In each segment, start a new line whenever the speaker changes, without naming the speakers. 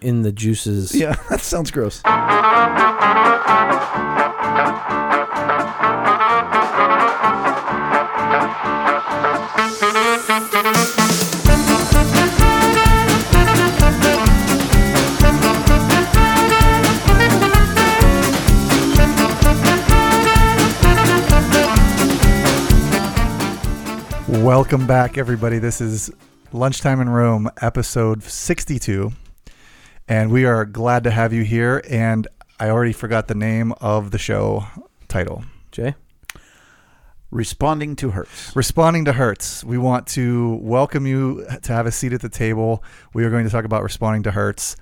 in the juices.
Yeah, that sounds gross. Welcome back, everybody. This is Lunchtime in Rome, episode 62. And we are glad to have you here. And I already forgot the name of the show title
Jay.
Responding to hurts.
Responding to Hertz. We want to welcome you to have a seat at the table. We are going to talk about responding to Hertz.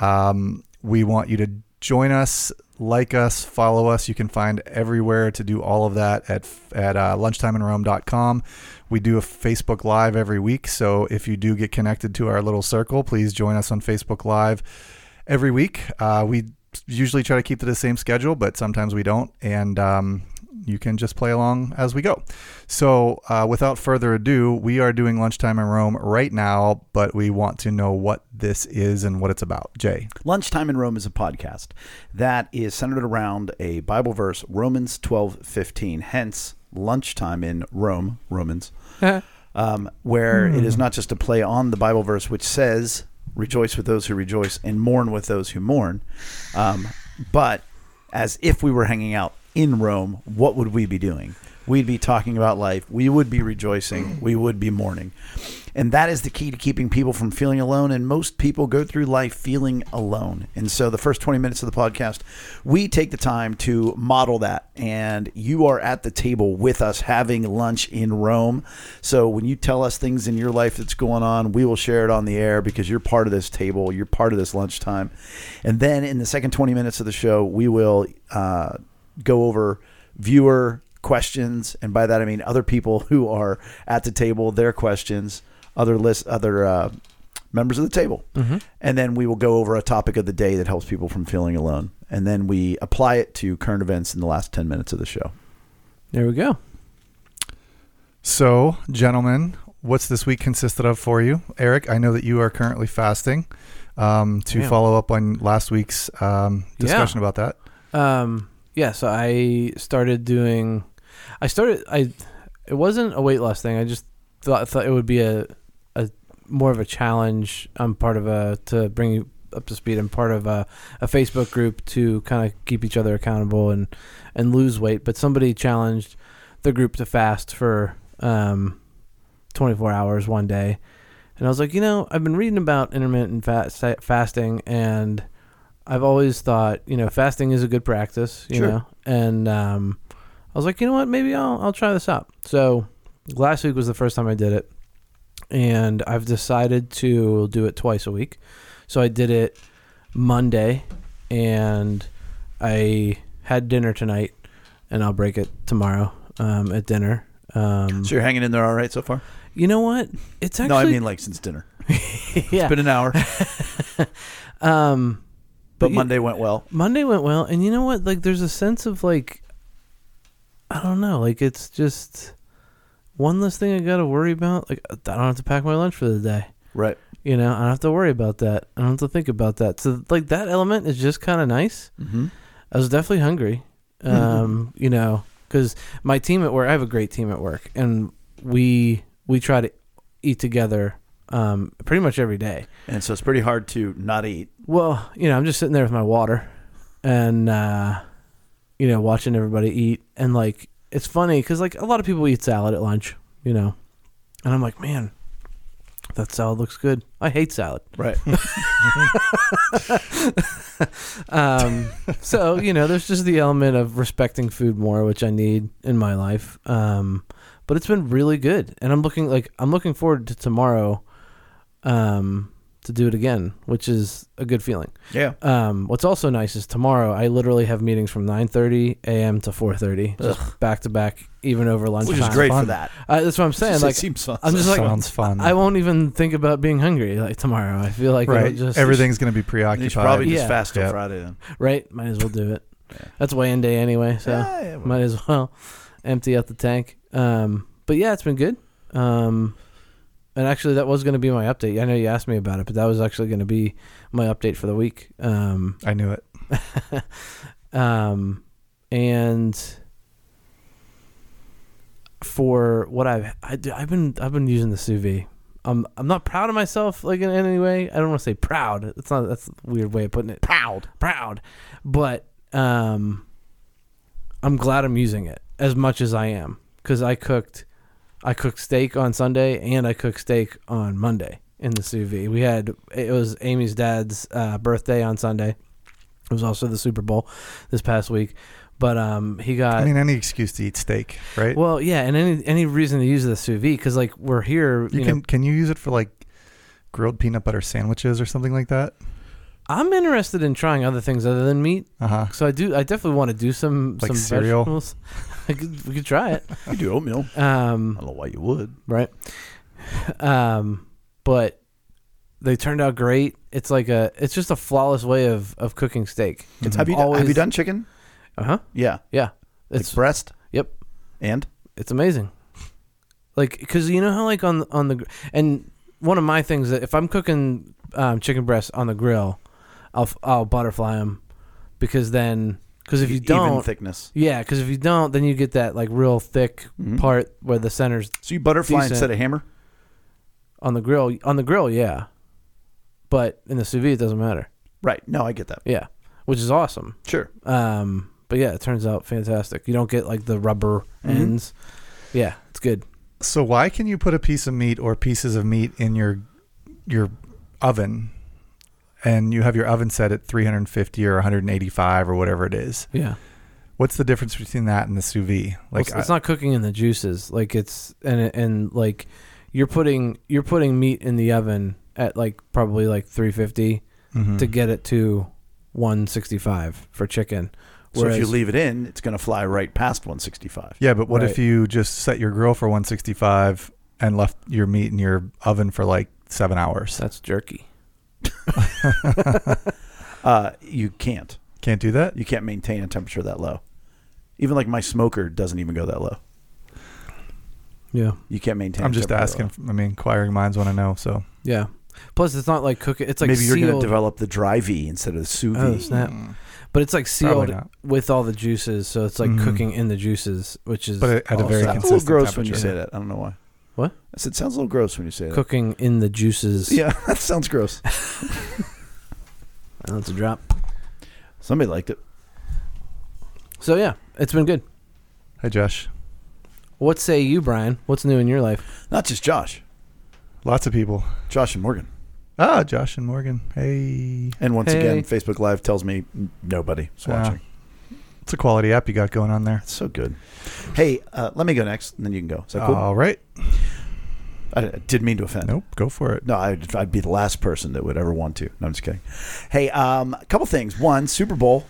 Um, we want you to join us, like us, follow us. You can find everywhere to do all of that at at uh, lunchtimeinrome.com. We do a Facebook Live every week, so if you do get connected to our little circle, please join us on Facebook Live every week. Uh, we usually try to keep to the same schedule, but sometimes we don't, and um, you can just play along as we go. So, uh, without further ado, we are doing lunchtime in Rome right now, but we want to know what this is and what it's about. Jay,
Lunchtime in Rome is a podcast that is centered around a Bible verse, Romans twelve fifteen. Hence, lunchtime in Rome, Romans, um, where it is not just a play on the Bible verse, which says, "Rejoice with those who rejoice and mourn with those who mourn," um, but as if we were hanging out in Rome, what would we be doing? We'd be talking about life. We would be rejoicing. We would be mourning. And that is the key to keeping people from feeling alone. And most people go through life feeling alone. And so, the first 20 minutes of the podcast, we take the time to model that. And you are at the table with us having lunch in Rome. So, when you tell us things in your life that's going on, we will share it on the air because you're part of this table, you're part of this lunchtime. And then, in the second 20 minutes of the show, we will uh, go over viewer questions and by that i mean other people who are at the table their questions other list other uh, members of the table and then we will go over a topic of the day that helps people from feeling alone and then we apply it to current events in the last 10 minutes of the show
There we go.
so gentlemen, what's this week consisted of for you? Eric, I know that you are currently fasting. Um, to
Damn.
follow up on last week's um,
Yeah.
discussion about that,
Um, yeah, so I started doing. I started. I. It wasn't a weight loss thing. I just thought thought it would be a a more of a challenge. I'm part of a to bring you up to speed. I'm part of a, a Facebook group to kind of keep each other accountable and and lose weight. But somebody challenged the group to fast for um, 24 hours one day, and I was like, you know, I've been reading about intermittent fast, fasting and I've always thought, you know, fasting is a good practice, you
Sure.
know, and um, I was like, you know what, maybe I'll I'll try this out. So last week was the first time I did it, and I've decided to do it twice a week. So I did it Monday, and I had dinner tonight, and I'll break it tomorrow um, at dinner. Um,
so you're hanging in there all right so far
You know what? It's actually
no i mean like since dinner
yeah.
it's been an hour
um,
but
you-
monday went well
Monday went well, and you know what? Like, there's a sense of like, I don't know, like it's just one less thing I got to worry about. Like, I don't have to pack my lunch for the day.
right
You know, I don't have to worry about that. I don't have to think about that. So, like, that element is just kind of nice.
mm-hmm.
I was definitely hungry. Um, you know, because my team at work, I have a great team at work, and we we try to eat together um, pretty much every day.
and so it's pretty hard to not eat
Well, you know, I'm just sitting there with my water and, uh, you know, watching everybody eat. And, like, it's funny because, like, a lot of people eat salad at lunch, you know. And I'm like, man, that salad looks good. I hate salad.
right
Um, so, you know, there's just the element of respecting food more, which I need in my life. Um, but it's been really good. And I'm looking, like, I'm looking forward to tomorrow um, to do it again, which is a good feeling.
yeah
Um, what's also nice is tomorrow I literally have meetings from 9:30 a.m. to 4:30, just back to back, even over lunchtime.
which is great for
fun.
that
Uh, that's what I'm saying.
It
Like
seems fun.
I'm just like
sounds fun.
I won't even think about being hungry like tomorrow. I feel like
right,
it'll just
everything's going to be
you
preoccupied.
should probably just
Yeah.
fast till
Yeah.
friday then
right. Might as well do it.
Yeah.
That's weigh-in day anyway, so
Yeah, yeah, well,
might as well empty out the tank. Um, but yeah, it's been good. Um, and actually, that was going to be my update. I know you asked me about it, but that was actually going to be my update for the week. Um,
I knew it.
um, and for what I've I, do- I've been I've been using the sous vide. I'm I'm not proud of myself like in any way. I don't want to say proud. It's not that's a weird way of putting it.
Proud.
Proud, but um, I'm glad I'm using it as much as I am because I cooked I cooked steak on Sunday and I cooked steak on Monday in the sous vide. We had it was Amy's dad's uh, birthday on Sunday. It was also the Super Bowl this past week, but um, he got
I mean, any excuse to eat steak, right?
well, yeah, and any any reason to use the sous vide because like we're here, you,
you
know,
can can you use it for like grilled peanut butter sandwiches or something like that?
I'm interested in trying other things other than meat.
Uh huh.
So I do, I definitely want to do some
Like
some
cereal?
vegetables. I could, we could try it.
You do oatmeal. I
Um,
don't know why you would.
right. Um, but they turned out great. It's like a, it's just a flawless way of of cooking steak. It's
Mm-hmm.
Have you
always,
have you done chicken?
Uh
Uh-huh.
huh.
Yeah,
Yeah.
it's
It's
breast.
Yep.
And
it's amazing. Like, cause you know how like on on the gr- and one of my things that if I'm cooking um, chicken breasts on the grill, I'll f- I'll butterfly them because then because if you
E-, even
don't,
thickness.
yeah, because if you don't, then you get that like real thick
Mhm.
part where the center's
Mm-hmm. So you butterfly
Decent.
instead of hammer.
on the grill. On the grill, yeah, but in the sous vide, it doesn't matter.
Right. No, I get that.
Yeah, which is awesome.
Sure.
Um, but yeah, it turns out fantastic. You don't get like the rubber
Mhm.
ends. Yeah, it's good.
So why can you put a piece of meat or pieces of meat in your your oven, and you have your oven set at 350 or 185 or whatever it is?
Yeah.
What's the difference between that and the sous vide?
Well,
Like,
it's, it's not cooking in the juices like it's and and like you're putting you're putting meat in the oven at like probably like 350
I- mhm.
to get it to 165 for chicken
So if you
Whereas-
leave it in, it's going to fly right past 165.
yeah, but what
Right.
if you just set your grill for 165 and left your meat in your oven for like seven hours?
that's jerky
Uh, you can't.
Can't do that.
You can't maintain a temperature that low. Even like my smoker doesn't even go that low.
yeah
You can't maintain.
I'm
a
just
temperature that
asking.
low.
I mean, inquiring minds want to know. So
yeah plus it's not like cooking it's like
Maybe you're
sealed,
going to develop the dry V instead of sous
Oh,
vide.
snap. That-
Mm,
but it's like
probably
sealed
not.
with all the juices so it's like
Mhm.
cooking in the juices which is
But at a
also
very
sounds a
consistent
little gross when you
temperature.
say that. I don't know why.
What?
I said sounds a little gross when you say that.
cooking in the juices
Yeah, that sounds gross.
Oh, that's a drop
Somebody liked it.
so yeah it's been good
Hi, Josh.
what say you brian what's new in your life
Not just Josh.
Lots of people.
Josh and Morgan.
Ah, Josh and Morgan. Hey,
And once
Hey.
again, Facebook Live tells me n- nobody's
Ah.
watching.
it's a quality app you got going on there.
That's so good. Hey, uh, let me go next, and then you can go. Is that cool?
All right.
I, I didn't mean to offend.
Nope. Go for it.
No, I'd, I'd be the last person that would ever want to. No, I'm just kidding. Hey, um, a couple things. One, Super Bowl.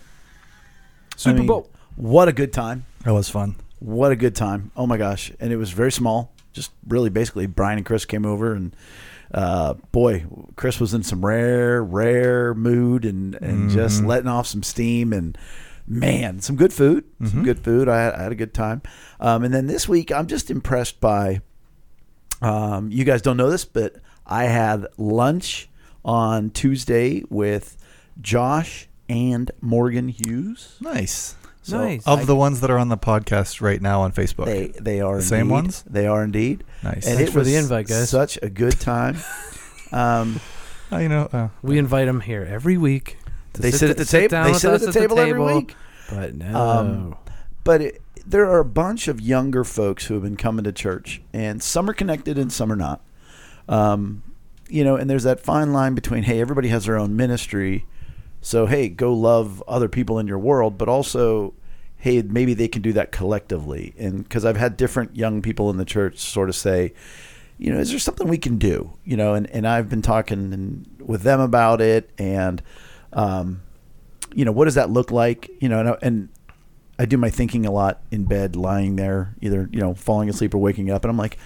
Super
mean,
Bowl.
What a good time.
That was fun.
What a good time. Oh my gosh. And it was very small. Just really basically, Brian and Chris came over, and uh, boy, Chris was in some rare, rare mood and, and just
Mhm.
letting off some steam. And man, some good food. Some
Mhm.
good food. I had, I had a good time. Um, and then this week, I'm just impressed by. Um, you guys don't know this, but I had lunch on Tuesday with Josh and Morgan Hughes.
Nice.
Nice.
Of
I-
the ones that are on the podcast right now on Facebook.
they they are
The same
indeed.
ones?
They are indeed.
nice.
And
Thanks
it
for
was
the invite, guys.
such a good time. um,
Uh, you know, uh,
We invite them here every week. to
they sit, at the
sit
table.
down
They
with
sit at
us
the table, every week.
But no.
Um, But it, there are a bunch of younger folks who have been coming to church, and some are connected and some are not. Um, you know, and there's that fine line between hey, everybody has their own ministry, so hey, go love other people in your world, but also hey, maybe they can do that collectively. And because I've had different young people in the church sort of say, you know, is there something we can do? You know, and, and I've been talking and, with them about it, and um, you know, what does that look like? You know, and, I- and I do my thinking a lot in bed, lying there, either you know, falling asleep or waking up, and I'm like,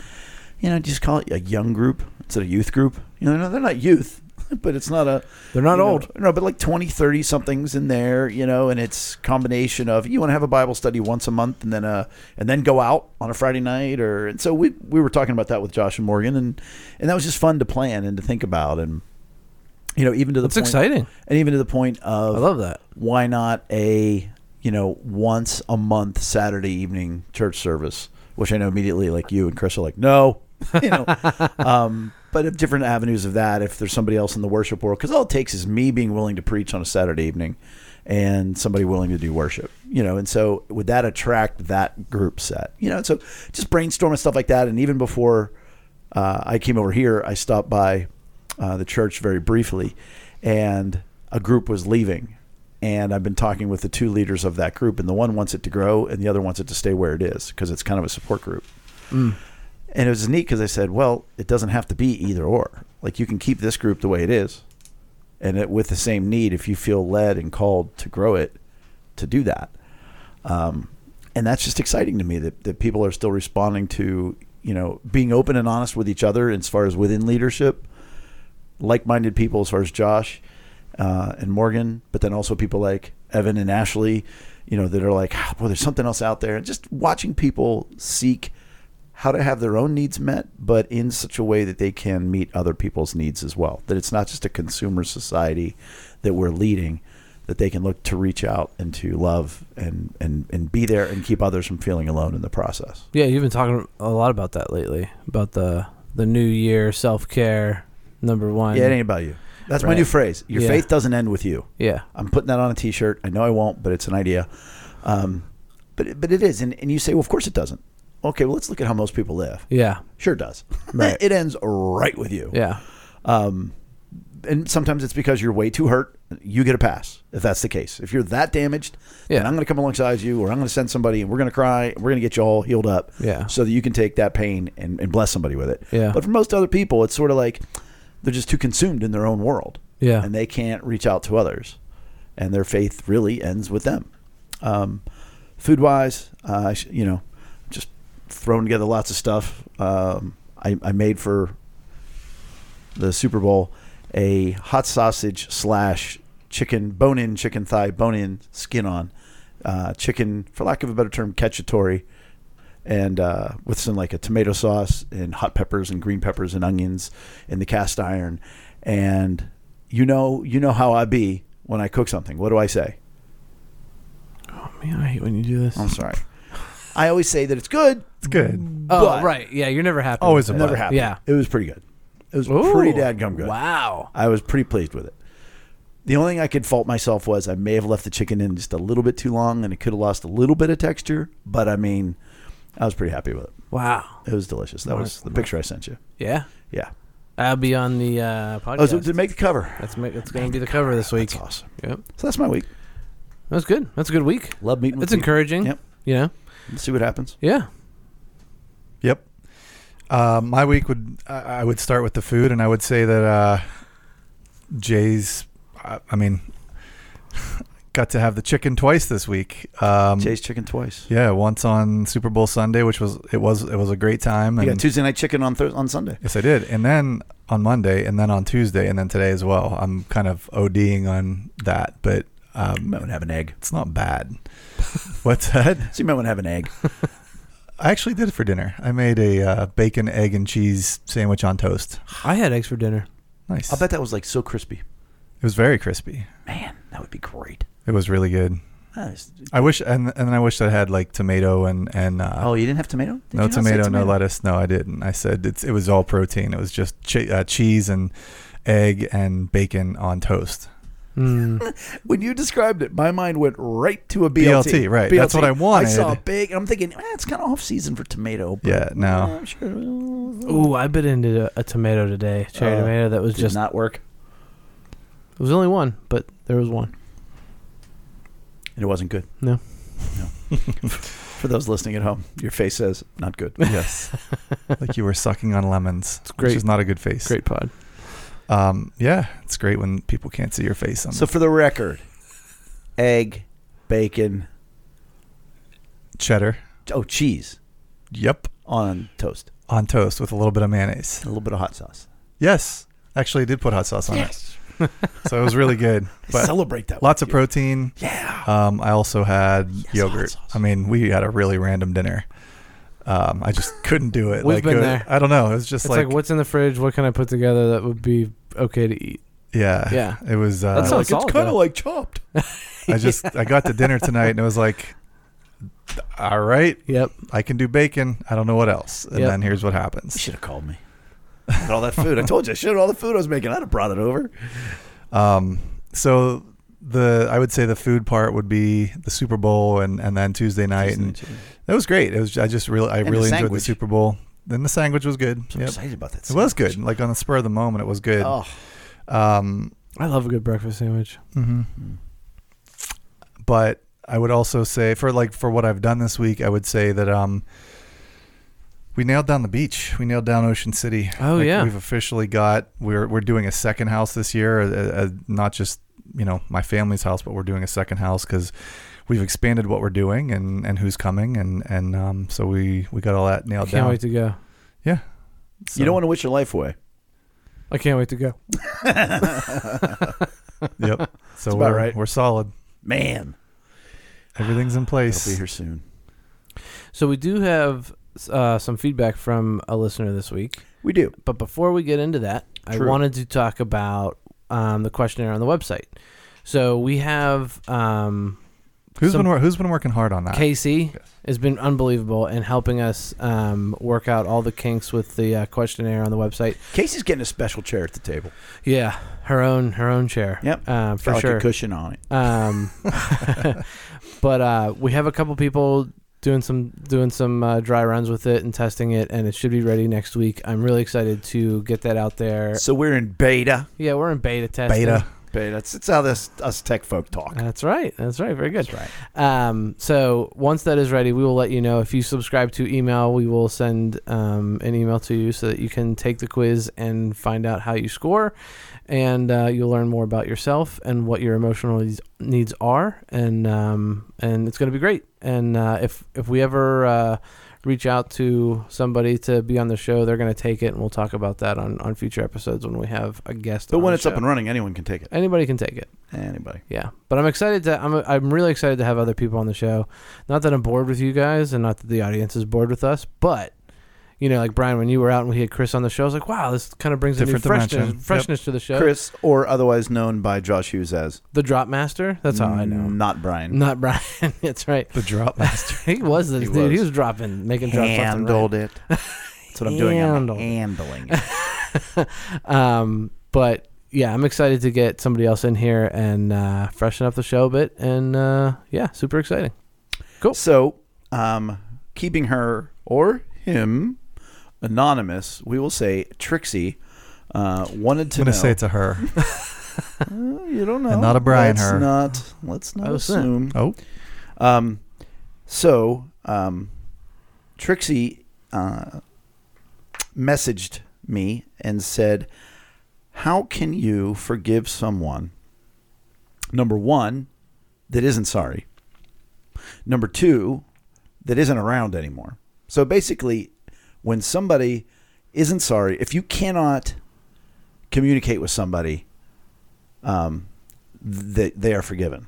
you know, just call it a young group instead of youth group. You know, no, they're not youth. but it's not a
They're not
you know,
old.
no, but like 20, 30 somethings in there, you know, and it's combination of you want to have a Bible study once a month and then uh and then go out on a Friday night or and so we we were talking about that with Josh and Morgan and and that was just fun to plan and to think about and you know, even to the
That's
point
exciting.
and even to the point
I
of
love that.
why not a you know once a month Saturday evening church service, which I know immediately like you and Chris are like no, you know, um, but if different avenues of that. If there's somebody else in the worship world, because all it takes is me being willing to preach on a Saturday evening, and somebody willing to do worship, you know, and so would that attract that group set, you know? So just brainstorming stuff like that, and even before uh, I came over here, I stopped by uh, the church very briefly, and a group was leaving. And I've been talking with the two leaders of that group, and the one wants it to grow, and the other wants it to stay where it is because it's kind of a support group. And it was neat because I said, well, it doesn't have to be either or. Like you can keep this group the way it is, and it, with the same need, if you feel led and called to grow it, to do that. Um, and that's just exciting to me that, that people are still responding to, you know, being open and honest with each other as far as within leadership, like minded people as far as Josh uh, and Morgan, but then also people like Evan and Ashley, you know, that are like, "Ah, well, there's something else out there. And just watching people seek how to have their own needs met, but in such a way that they can meet other people's needs as well. That it's not just a consumer society that we're leading, that they can look to reach out and to love and, and, and be there and keep others from feeling alone in the process.
Yeah, you've been talking a lot about that lately. About the the new year self care number one.
Yeah, it ain't about you. That's my
Right.
new phrase. Your
Yeah.
faith doesn't end with you.
yeah.
I'm putting that on a T-shirt. I know I won't, but it's an idea. Um, but it- but it is, and, and you say, well, of course it doesn't. Okay, well, let's look at how most people live.
Yeah.
Sure does.
Right.
it ends right with you.
Yeah.
Um, and sometimes it's because you're way too hurt. You get a pass if that's the case. If you're that damaged,
Yeah.
then I'm going to come alongside you, or I'm going to send somebody, and we're going to cry, and we're going to get you all healed up,
Yeah.
so that you can take that pain and, and bless somebody with it.
Yeah.
But for most other people, it's sort of like they're just too consumed in their own world
Yeah.
and they can't reach out to others, and their faith really ends with them. Um, food wise, uh, I sh- you know, just throwing together lots of stuff. Um, I, I made for the Super Bowl a hot sausage slash chicken bone in chicken thigh bone in skin on uh, chicken for lack of a better term cacciatore and uh, with some like a tomato sauce and hot peppers and green peppers and onions in the cast iron and you know you know how I be when I cook something what do I say
oh, man, I hate when you do this.
I'm sorry I always say that it's good
It's good.
oh,
but-
right. Yeah, you're never happy.
Always
with
a
it.
never happened
Yeah.
it was pretty good it was
Ooh.
pretty dadgum good
Wow.
I was pretty pleased with it. The only thing I could fault myself was I may have left the chicken in just a little bit too long and it could have lost a little bit of texture, but I mean, I was pretty happy with it.
Wow.
It was delicious. That was the picture I sent you.
Yeah.
Yeah.
I'll be on the uh, podcast.
Oh, so to make the cover.
that's ma- that's going to be the cover this week.
That's awesome.
Yep.
So that's my week.
That's good. That's a good week.
Love meeting with
It's
you.
encouraging.
Yep.
You know.
Let's see what happens.
Yeah.
Yep. Uh, my week would I I would start with the food, and I would say that uh, Jay's. I, I mean, got to have the chicken twice this week. Um,
Jay's chicken twice.
yeah, once on Super Bowl Sunday, which was it was it was a great time.
You
And
got Tuesday night chicken on Thursday, on Sunday.
Yes, I did, and then on Monday, and then on Tuesday, and then today as well. I'm kind of ODing on that, but
You might
um,
want to have an egg.
it's not bad. What's that?
So you might want to have an egg.
I actually did it for dinner. I made a uh, bacon, egg, and cheese sandwich on toast.
I had eggs for dinner.
Nice.
I'll bet that was like so crispy.
It was very crispy.
Man, that would be great.
It was really good.
That is-
I wish, and and then I wish I had like tomato and and uh,
oh, you didn't have tomato? Did
no
you not say
tomato, no lettuce. No, I didn't. I said it's it was all protein. It was just che- uh, cheese and egg and bacon on toast.
Mm.
when you described it, my mind went right to a BLT.
BLT, right. That's what I wanted.
I saw a big. I'm thinking eh, it's kind of off season for tomato. But
Yeah, no.
eh, sure. Ooh,
Ooh, I bit into a, a tomato today, cherry
Uh,
tomato. That was
did
just
not work,
it was only one, but there was one.
and it wasn't good.
No.
no. for those listening at home, your face says not good.
Yes, like you were sucking on lemons. It's
great.
Which is not a good face.
Great pod.
Um, yeah, it's great when people can't see your face. On
So for the record, egg, bacon,
cheddar.
oh cheese
Yep,
on toast,
on toast with a little bit of mayonnaise.
and a little bit of hot sauce.
Yes, Actually, I did put hot sauce on
Yes.
it, so it was really good. But
Celebrate that.
lots of
with you.
protein.
Yeah.
Um, I also had yogurt.
hot sauce.
I mean, we had a really random dinner. Um, I just couldn't do it.
We've
like,
been
it-
there.
I don't know. It was just
It's like,
like,
what's in the fridge? What can I put together that would be okay to eat?
yeah,
Yeah.
It was. Uh,
That sounds
like, it's
solid,
kind of
though.
like chopped.
I just I got to dinner tonight and it was like, all right,
Yep.
I can do bacon. I don't know what else. And
Yep.
then here's what
You
happens.
should have called me. Had all that food. I told you I should have all the food I was making. I'd have brought it over.
Um, so the I would say the food part would be the Super Bowl and and then Tuesday night and that was great. It was I just really I
And the
really enjoyed the
sandwich.
Super Bowl. Then the sandwich was good.
I'm
Yep.
excited about that.
It was
sandwich.
good. Like on the spur of the moment, it was good.
Oh,
Um,
I love a good breakfast sandwich.
mhm.
Mm.
but I would also say for like for what I've done this week, I would say that um we nailed down the beach. We nailed down Ocean City.
Oh,
Like,
yeah.
we've officially got we're we're doing a second house this year, uh, uh, not just you know my family's house, but we're doing a second house because we've expanded what we're doing and and who's coming and and um so we we got all that nailed
Oh,
Can't
down.
wait to go.
So-
you don't want to wish your life away.
I can't wait to go.
Yep. So
about
we're
right.
we're solid.
Man,
Everything's in place.
it'll be here soon.
So we do have uh, some feedback from a listener this week.
We do.
But before we get into that,
True.
I wanted to talk about um, the questionnaire on the website. So we have um,
Who's
Some-
been wor- who's been working hard
Uh,
on that?
KC
Yes.
has been unbelievable in helping us um, work out all the kinks with the uh, questionnaire on the website.
Casey's getting a special chair at the table.
Yeah, her own her own chair.
Yep.
uh,
Got
for
like
sure.
a cushion on it.
Um, but uh, we have a couple people doing some doing some uh, dry runs with it and testing it, and it should be ready next week. I'm really excited to get that out there.
So we're in beta.
Yeah, we're in beta testing.
Beta.
Beta. That's, that's how this us tech folk talk.
That's right. That's right. Very good.
That's right.
Um, so once that is ready, we will let you know. If you subscribe to email, we will send um, an email to you so that you can take the quiz and find out how you score, and uh, you'll learn more about yourself and what your emotional needs, needs are, and um, and it's going to be great. And uh, if if we ever uh, reach out to somebody to be on the show, they're going to take it, and we'll talk about that on, on future episodes when we have a guest.
But
on
when
the
it's up
show.
and running, anyone can take it.
anybody can take it.
Anybody.
Yeah, but I'm excited to I'm I'm really excited to have other people on the show. Not that I'm bored with you guys, and not that the audience is bored with us, but you know, like Brian, when you were out and we had Chris on the show, I was like, wow, this kind of brings
Different
a new freshness
dimension. Yep.
freshness to the show.
Chris, or otherwise known by Josh Hughes as.
The Drop Master, that's how I know. him.
Not Brian.
Not Brian. that's right.
The drop master.
He was the
Mm. He
dude. He
was.
was dropping, making drops left and right.
Handled it. That's what I'm doing. I'm
Handled.
handling it.
Um, but yeah, I'm excited to get somebody else in here and uh, freshen up the show a bit, and uh, yeah, super exciting.
So, um, keeping her or him anonymous, we will say Trixie uh, wanted to
I'm
know.
gonna say to her.
Uh, you don't know.
And not a Brian
let's
her.
Not. Let's not
Oh, snap.
assume.
Oh.
Um, so, um, Trixie uh, messaged me and said, "How can you forgive someone? Number one, that isn't sorry. Number two, that isn't around anymore. So basically, when somebody isn't sorry, if you cannot communicate with somebody, um, that they are forgiven.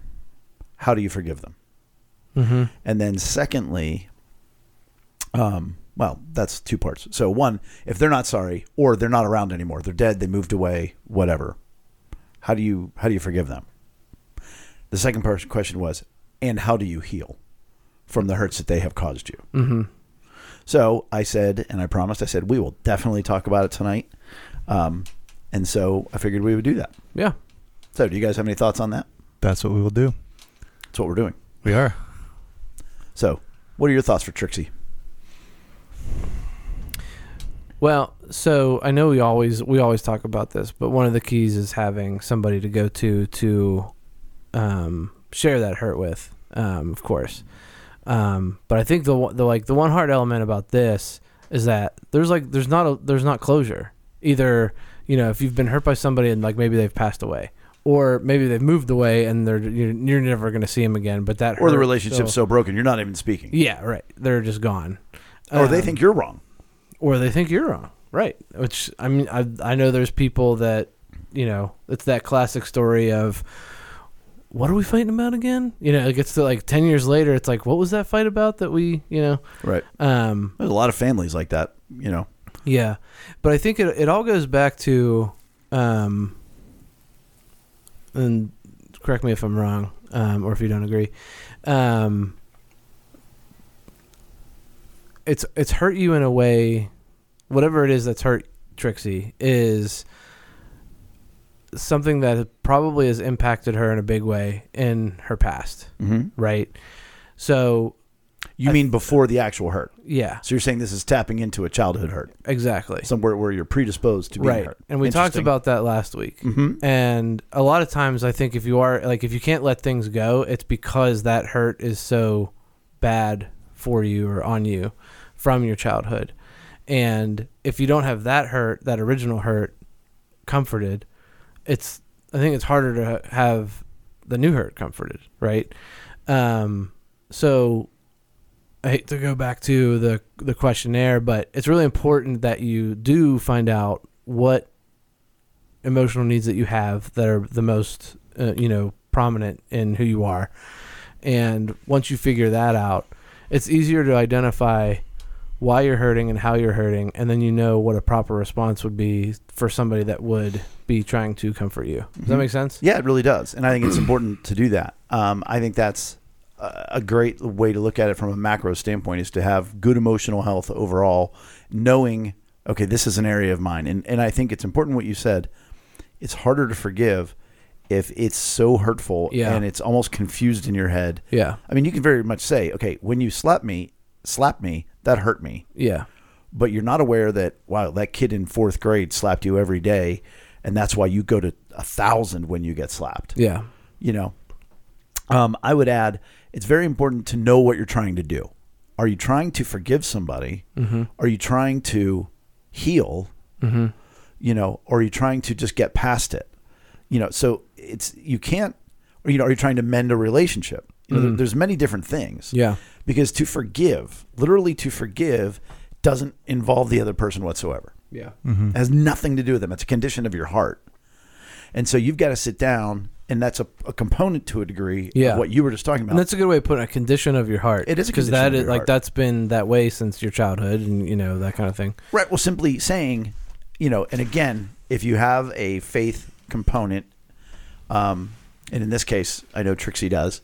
How do you forgive them?
Mm-hmm.
And then secondly, um, well, that's two parts. So one, if they're not sorry or they're not around anymore, they're dead, they moved away, whatever. How do you how do you forgive them? The second part question was, and how do you heal from the hurts that they have caused you?
Mm-hmm.
So I said, and I promised, I said we will definitely talk about it tonight. Um, and so I figured we would do that.
Yeah.
So do you guys have any thoughts on that?
That's what we will do.
That's what we're doing.
We are.
So what are your thoughts for Trixie?
Well, so I know we always we always talk about this, but one of the keys is having somebody to go to to um, share that hurt with, um, of course. Um, but I think the one- the like the one hard element about this is that there's like there's not a there's not closure either. You know, if you've been hurt by somebody and like maybe they've passed away, or maybe they've moved away and they're you're, you're never going to see them again. But that
or the
hurt
relationship's
still-
so broken you're not even speaking
yeah, right. They're just gone.
or Oh, they
Um,
think you're wrong
or they think you're wrong. Right. Which I mean, I I know there's people that you know it's that classic story of what are we fighting about again? You know, it gets to like ten years later, it's like what was that fight about that we you know
Right.
um
There's a lot of families like that, you know.
yeah, but I think it it all goes back to um and correct me if I'm wrong um or if you don't agree um it's it's hurt you in a way whatever it is that's hurt Trixie is something that probably has impacted her in a big way in her past,
Mm-hmm.
right? So,
You
I-
mean before the actual hurt?
yeah,
So you're saying this is tapping into a childhood hurt,
exactly.
somewhere where you're predisposed to being
right.
hurt.
And we talked
Interesting.
about that last week.
Mhm.
And a lot of times, I think if you are like, if you can't let things go, it's because that hurt is so bad for you or on you from your childhood. And if you don't have that hurt, that original hurt, comforted, it's, I think it's harder to ha- have the new hurt comforted, right? Um, so I hate to go back to the, the questionnaire, but it's really important that you do find out what emotional needs that you have that are the most uh, you know prominent in who you are and once you figure that out it's easier to identify why you're hurting and how you're hurting and then you know what a proper response would be for somebody that would be trying to comfort you does that
Mhm.
make sense
Yeah, it really does, and I think it's important to do that. Um, I think that's a a great way to look at it from a macro standpoint is to have good emotional health overall, knowing okay, this is an area of mine, and and I think it's important what you said. It's harder to forgive if it's so hurtful
Yeah.
and it's almost confused in your head.
yeah
I mean, you can very much say, okay, when you slap me, slap me, that hurt me,
yeah
but you're not aware that wow, that kid in fourth grade slapped you every day, and that's why you go to a thousand when you get slapped
yeah
you know um, i would add it's very important to know what you're trying to do are you trying to forgive somebody
mm-hmm
are you trying to heal
mm-hmm
you know or are you trying to just get past it you know so it's you can't or you know are you trying to mend a relationship you know, there-
Mhm.
there's many different things
yeah
because to forgive literally to forgive doesn't involve the other person whatsoever
yeah
Mm-hmm.
it has nothing to do with them. It's a condition of your heart. And so you've got to sit down, and that's a, a component to a degree
Yeah.
of what you were just talking
and
about.
that's a good way of putting it, a condition of your heart
It is a
because
condition
that
of
is-
your
like
heart.
that's been that way since your childhood and you know that kind of thing
Right. Well, simply saying, you know, and again, if you have a faith component, um, and in this case, I know Trixie does,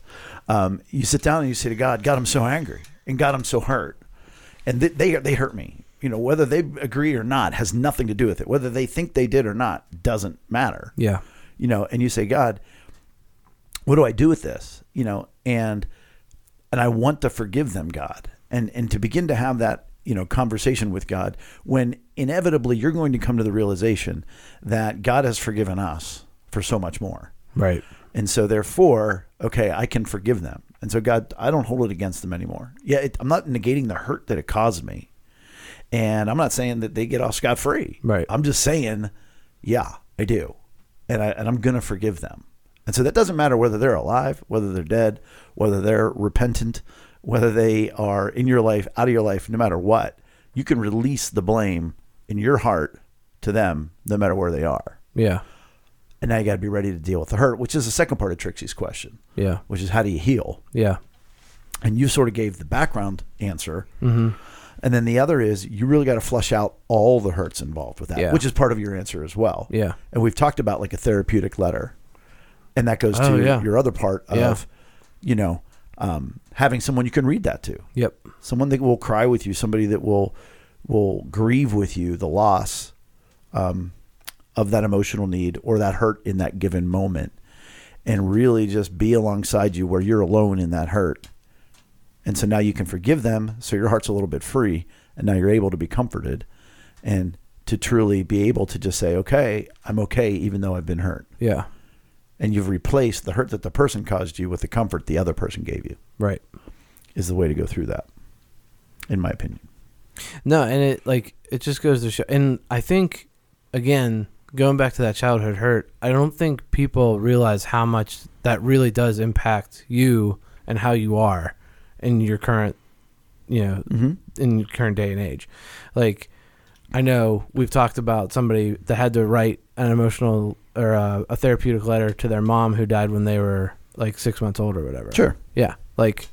um, you sit down and you say to God, God, I'm so angry and God, I'm so hurt. And th- they, they hurt me. You know, whether they agree or not has nothing to do with it. Whether they think they did or not doesn't matter.
yeah
you know and you say god what do i do with this you know and and i want to forgive them god and and to begin to have that you know conversation with god when inevitably you're going to come to the realization that god has forgiven us for so much more
right
and so therefore okay i can forgive them and so god i don't hold it against them anymore yeah it, i'm not negating the hurt that it caused me and i'm not saying that they get off scot-free
Right.
i'm just saying yeah i do and, I, and i'm going to forgive them and so that doesn't matter whether they're alive whether they're dead whether they're repentant whether they are in your life out of your life no matter what you can release the blame in your heart to them no matter where they are
yeah
and now you got to be ready to deal with the hurt, which is the second part of Trixie's question,
yeah
which is how do you heal?
yeah
And you sort of gave the background answer.
mm-hmm
And then the other is you really got to flush out all the hurts involved with that,
Yeah.
which is part of your answer as well.
Yeah.
And we've talked about like a therapeutic letter. And that goes
Oh,
to
yeah.
your other part of,
Yeah.
you know, um, having someone you can read that to,
Yep.
someone that will cry with you, somebody that will will grieve with you the loss um, of that emotional need or that hurt in that given moment, and really just be alongside you where you're alone in that hurt. And so now you can forgive them, so your heart's a little bit free, and now you're able to be comforted, and to truly be able to just say, "Okay, I'm okay," even though I've been hurt,
Yeah.
and you've replaced the hurt that the person caused you with the comfort the other person gave you
Right.
is the way to go through that, in my opinion.
No, and it like it just goes to show. And I think again, going back to that childhood hurt, I don't think people realize how much that really does impact you and how you are in your current, you know,
Mm-hmm.
in your current day and age. Like I know we've talked about somebody that had to write an emotional or uh, a therapeutic letter to their mom who died when they were like six months old or whatever.
Sure.
Yeah. Like,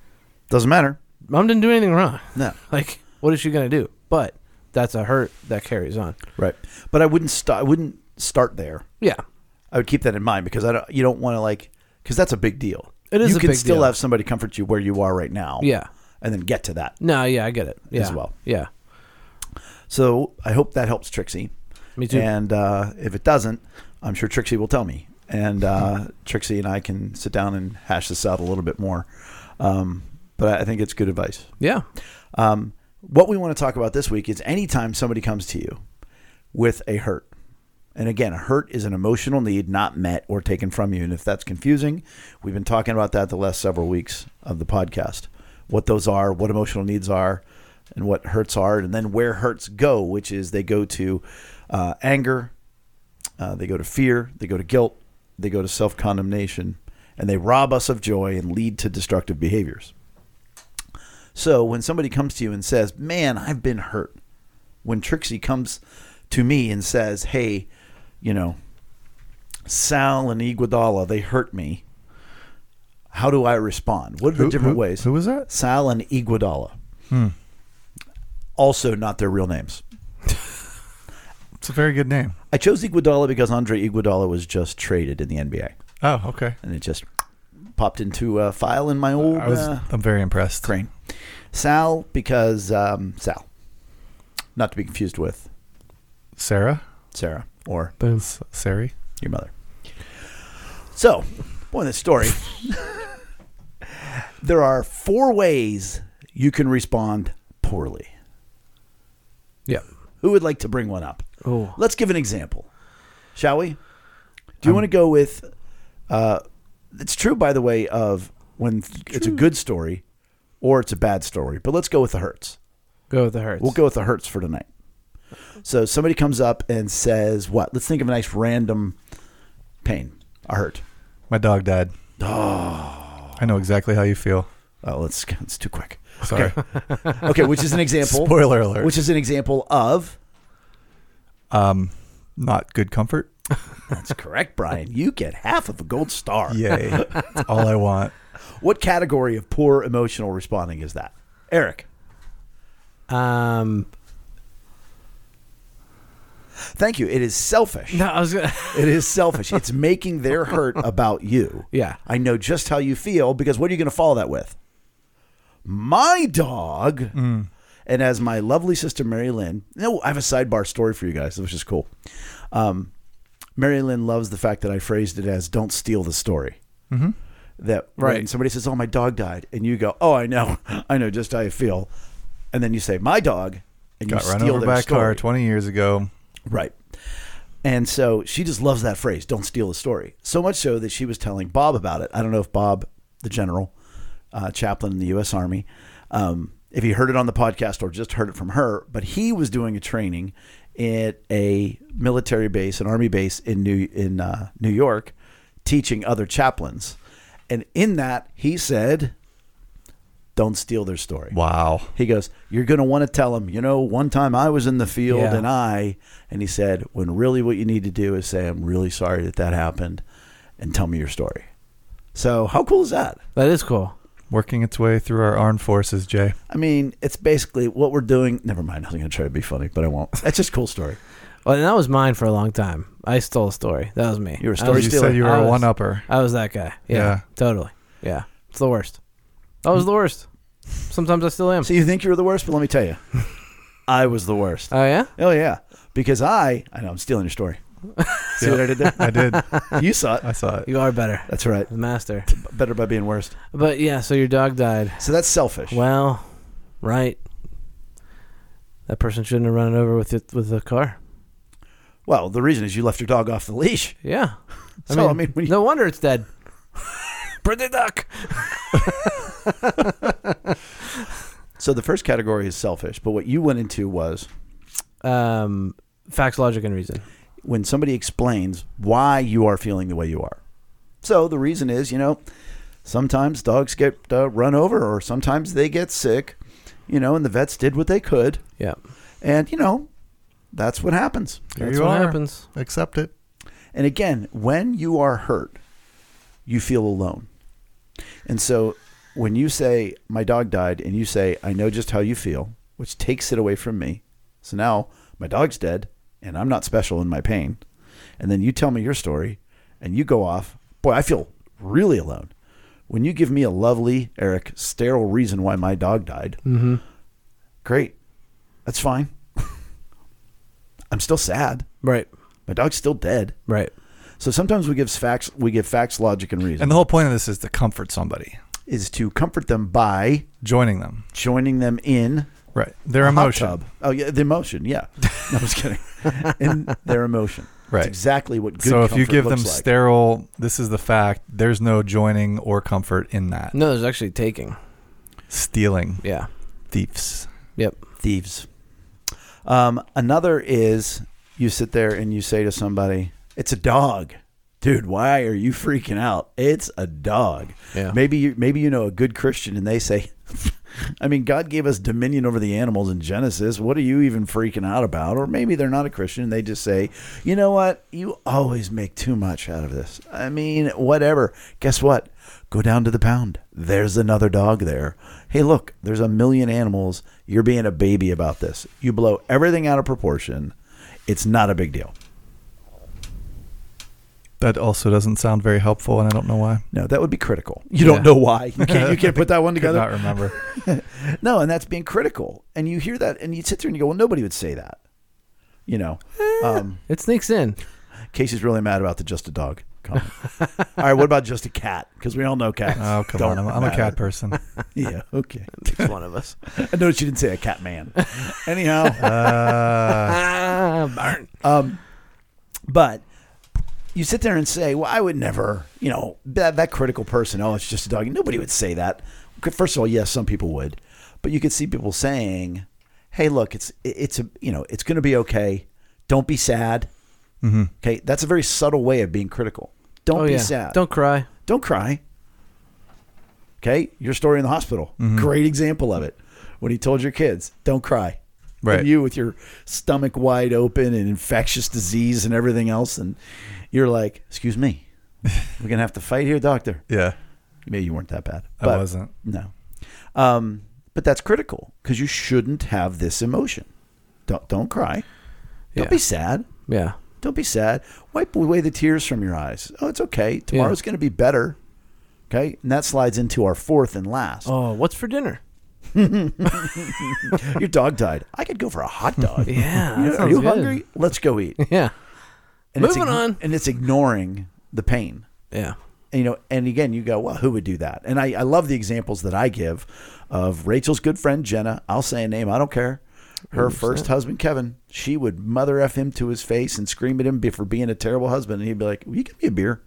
Doesn't matter.
mom didn't do anything wrong.
No.
Like, what is she gonna do? But that's a hurt that carries on.
Right. But I wouldn't start. I wouldn't start there.
Yeah.
I would keep that in mind because I don't. You don't want to like because that's a big deal.
It is
You
a
can
big
still
deal.
have somebody comfort you where you are right now.
Yeah.
And then get to that.
No. Yeah. I get it. Yeah.
As well.
Yeah.
So I hope that helps Trixie.
Me too.
And uh, if it doesn't, I'm sure Trixie will tell me. And uh, Trixie and I can sit down and hash this out a little bit more. Um, but I think it's good advice.
yeah.
Um, what we want to talk about this week is anytime somebody comes to you with a hurt. And again, a hurt is an emotional need not met or taken from you. And if that's confusing, we've been talking about that the last several weeks of the podcast. What those are, what emotional needs are, and what hurts are, and then where hurts go, which is they go to uh, anger, uh, they go to fear, they go to guilt, they go to self condemnation, and they rob us of joy and lead to destructive behaviors. So when somebody comes to you and says, "Man, I've been hurt," when Trixie comes to me and says, "Hey, you know, Sal and Iguodala, they hurt me," how do I respond? What are the
Who-
different
who-
ways?
who Hmm. was that?
Sal and Iguodala. Also, not their real names.
It's a very good name.
I chose Iguodala because Andre Iguodala was just traded in the NBA,
Oh, okay.
and it just popped into a file in my old
I was,
uh,
I'm very impressed.
Crane. Sal because um, Sal, not to be confused with
Sarah?
Sarah or
Boom.
S- Sari?
your mother. So, point of the story there are four ways you can respond poorly.
Yeah.
Who would like to bring one up?
Oh.
Let's give an example, shall we? Do you want to go with? Uh, it's true, by the way, of when it's a good story or it's a bad story. But let's go with the hurts.
Go with the hurts.
We'll go with the hurts for tonight. So somebody comes up and says, "What? Let's think of a nice random pain, a hurt."
My dog died. Oh. I know exactly how you feel.
Oh, let's. It's too quick.
Sorry.
Okay, which is an example.
Spoiler alert.
Which is an example of.
um, not good comfort.
That's correct, Brian. You get half of a gold star.
Yay. That's all I want.
What category of poor emotional responding is that, Eric?
Um.
Thank you. It is selfish.
No, I was gonna.
It is selfish. It's making their hurt about you.
Yeah.
I know just how you feel because what are you going to follow that with? My dog.
Mm.
And as my lovely sister, Mary Lynn, no, I have a sidebar story for you guys, which is cool. Um, Mary Lynn loves the fact that I phrased it as don't steal the story. Mm-hmm. That when
Right.
somebody says, oh, my dog died. And you go, oh, I know. I know just how you feel. And then you say, my dog. And
Got
you
run
steal
over
their
by a car
story.
20 years ago.
Right. And so she just loves that phrase, don't steal a story. So much so that she was telling Bob about it. I don't know if Bob, the general, uh, chaplain in the U.S. Army, um, if he heard it on the podcast or just heard it from her, but he was doing a training at a military base, an army base in New, in, uh, New York, teaching other chaplains. And in that, he said, don't steal their story.
Wow.
He goes, You're going to want to tell him, you know, one time I was in the field
Yeah.
and I, and he said, when really what you need to do is say, I'm really sorry that that happened and tell me your story. So, how cool is that?
That is cool.
Working its way through our armed forces, Jay.
I mean, it's basically what we're doing. Never mind. I was going to try to be funny, but I won't. That's just a cool story.
Well, and that was mine for a long time. I stole a story. That was me.
You were
I
story
was-
you
stealing.
said you were
I
a
was-
one upper.
I was that guy. Yeah,
Yeah.
Totally. Yeah. It's the worst. That was the worst. Sometimes I still am.
So, you think you were the worst, but let me tell you, I was the worst.
Oh yeah.
Oh, yeah. Because I, I know I'm stealing your story. See what I did there?
I did.
You saw it.
I saw it.
You are better.
That's right.
The master.
Better by being worst.
But yeah, so your dog died.
So, that's selfish.
Well, right. That person shouldn't have run over with it with the car.
Well, the reason is you left your dog off the leash.
Yeah.
So, I mean, when you-
no wonder it's dead. Bring the duck.
So the first category is selfish, but what you went into was
Um, facts, logic, and reason.
when somebody explains why you are feeling the way you are. So the reason is, you know, sometimes dogs get uh, run over or sometimes they get sick, you know, and the vets did what they could.
Yeah.
And, you know, That's what happens.
Here
That's
you
what
are.
happens.
Accept it.
And again, when you are hurt, you feel alone. And so when you say, My dog died, and you say, I know just how you feel, which takes it away from me. So now my dog's dead, and I'm not special in my pain. And then you tell me your story, and you go off. Boy, I feel really alone. When you give me a lovely, Eric, sterile reason why my dog died,
Mm-hmm.
great. That's fine. I'm still sad.
Right.
My dog's still dead.
Right.
So sometimes we give facts, we give facts, logic, and reason,
And the whole point of this is to comfort somebody,
is to comfort them by
joining them.
joining them in
Right. Their
a hot
emotion.
tub. Oh yeah, the emotion. Yeah, no, I'm just kidding. in their emotion.
Right.
It's exactly what good.
so if you
comfort
give them
looks like.
sterile, this is the fact, there's no joining or comfort in that.
No, there's actually taking.
Stealing
Yeah.
thieves.
Yep.
thieves. Um, another is you sit there and you say to somebody, "It's a dog, dude. Why are you freaking out? It's a dog."
Yeah.
Maybe you maybe you know a good Christian, and they say, "I mean, God gave us dominion over the animals in Genesis. What are you even freaking out about?" Or maybe they're not a Christian, and they just say, "You know what? You always make too much out of this. I mean, whatever. Guess what? Go down to the pound. There's another dog there. Hey, look, there's a million animals. You're being a baby about this. You blow everything out of proportion. It's not a big deal."
That also doesn't sound very helpful, and I don't know why.
No, that would be critical. You
Yeah.
don't know why. You can't, you can't put that one
Could
together.
not remember.
No, and that's being critical. And you hear that, and you sit there and you go, "Well, nobody would say that." You know,
Eh.
um,
It sneaks in.
Casey's really mad about the just a dog. Comment. all right, what about just a cat? Because we all know cats.
Oh come
don't
on! I'm, I'm a
matter.
cat person.
Yeah. Okay.
It's one of us.
I noticed you didn't say a cat man. Anyhow,
Uh,
ah, burn.
um, but you sit there and say, "Well, I would never," you know, that that critical person. Oh, it's just a dog. Nobody would say that. Okay, First of all, yes, some people would, but you could see people saying, "Hey, look, it's it- it's a you know, it's going to be okay. Don't be sad." Okay, that's a very subtle way of being critical. Don't
Mm-hmm. oh,
be
yeah.
sad.
Don't cry.
Don't cry. Okay, your story in the hospital.
Mm-hmm.
Great example of it. When he told your kids, "Don't cry."
Right.
And you with your stomach wide open and infectious disease and everything else, and you're like, "Excuse me, we're gonna have to fight here, doctor."
yeah,
Maybe you weren't that bad.
I
but-
wasn't.
No. Um, but that's critical because you shouldn't have this emotion. Don't don't cry. Don't
Yeah.
be sad.
Yeah.
Don't be sad. Wipe away the tears from your eyes. Oh, it's okay. Tomorrow's going to be better. Okay. And that slides into our fourth and last.
Oh, what's for dinner?
Your dog died. I could go for a hot dog.
Yeah.
You know,
that
are
sounds
you
good.
hungry? Let's go eat.
Yeah.
And it's
Moving
igno-
on.
And it's ignoring the pain.
Yeah.
And, you know, and again, you go, well, who would do that? And I, I love the examples that I give of Rachel's good friend, Jenna. I'll say a name, I don't care. Her first husband, Kevin, she would mother F him to his face and scream at him be- for being a terrible husband. And he'd be like, will you give me a beer?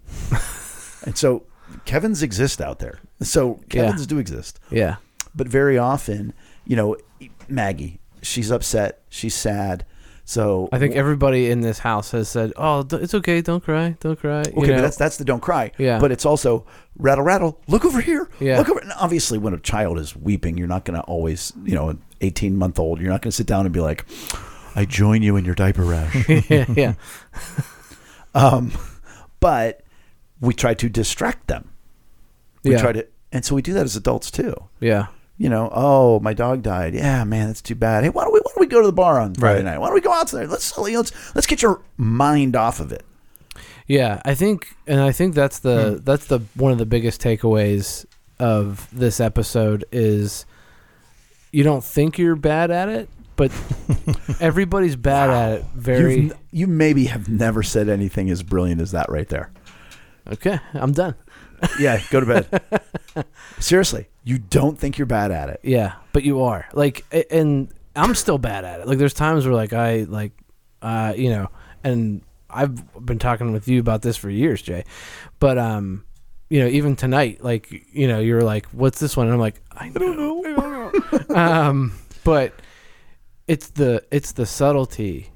and so Kevin's exist out there. So
Yeah.
Kevin's do exist.
Yeah.
But very often, you know, Maggie, she's upset, she's sad. So
I think everybody in this house has said, "Oh, d- it's okay. Don't cry. Don't cry." you
Okay,
know?
but that's that's the don't cry.
Yeah.
But it's also rattle rattle. Look over here.
Yeah.
Look over. And obviously, when a child is weeping, you're not going to always, you know, an 18 month old, you're not going to sit down and be like, "I join you in your diaper rash."
yeah, yeah,
um, but we try to distract them. We
Yeah.
try to, and so we do that as adults too.
yeah.
You know, oh, my dog died. Yeah, man, that's too bad. Hey, why don't we why don't we go to the bar on Friday
Right.
night? Why don't we go out to there? Let's let's let's get your mind off of it.
Yeah, I think, and I think that's the
Hmm.
that's the one of the biggest takeaways of this episode is you don't think you're bad at it, but everybody's bad at it. Very
You've- you maybe have never said anything as brilliant as that right there.
okay. I'm done.
Yeah, go to bed. Seriously, you don't think you're bad at it.
Yeah, but you are like, a- and I'm still bad at it. Like, there's times where like I like, uh, you know, and I've been talking with you about this for years, Jay, but um, you know, even tonight, like, you know, you're like, what's this one? And I'm like, I don't know, I don't know. um, but it's the it's the subtlety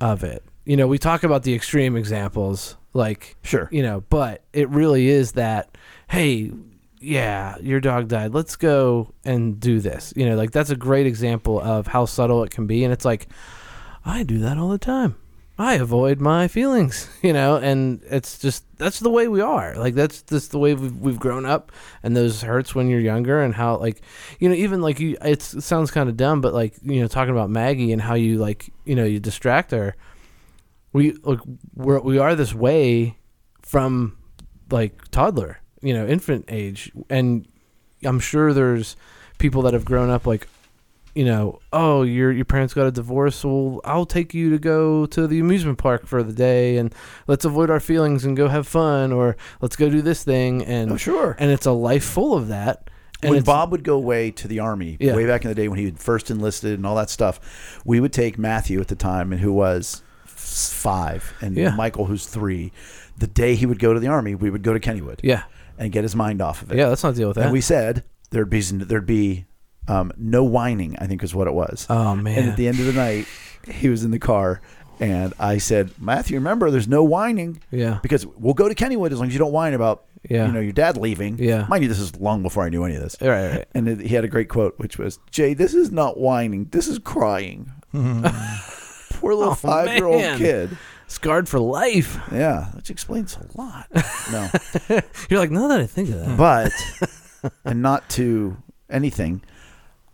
of it. You know, we talk about the extreme examples, like
Sure.
you know but it really is that hey yeah your dog died let's go and do this you know like that's a great example of how subtle it can be and it's like I do that all the time. I avoid my feelings, you know, and it's just that's the way we are. Like that's just the way we've we've grown up, and those hurts when you're younger, and how like, you know, even like you, it's, it sounds kind of dumb, but like you know, talking about Maggie and how you like, you know, you distract her. We like we're, we are this way from like toddler, you know, infant age, and I'm sure there's people that have grown up like you know, oh, your your parents got a divorce. Well, I'll take you to go to the amusement park for the day, and let's avoid our feelings and go have fun, or let's go do this thing. And
Oh, sure.
and it's a life full of that. And
when
it's-
Bob would go away to the army,
Yeah.
way back in the day when he had first enlisted and all that stuff, we would take Matthew at the time, and who was f- five, and
Yeah.
Michael, who's three. The day he would go to the army, we would go to Kennywood
yeah,
and get his mind off of it.
yeah, let's not deal with that.
And we said there'd be there'd be um, no whining. I think is what it was.
oh man,
And at the end of the night, he was in the car, and I said, Matthew, remember, there's no whining
yeah,
because we'll go to Kennywood as long as you don't whine about
Yeah.
you know your dad leaving.
Yeah.
mind you, this is long before I knew any of this.
All right, all right.
And it, he had a great quote, which was, "Jay, this is not whining. This is crying." Poor little
Oh,
five year old
man.
kid.
scarred for life.
Yeah, which explains a lot. No,
You're like, now that I think of that,
but and not to anything.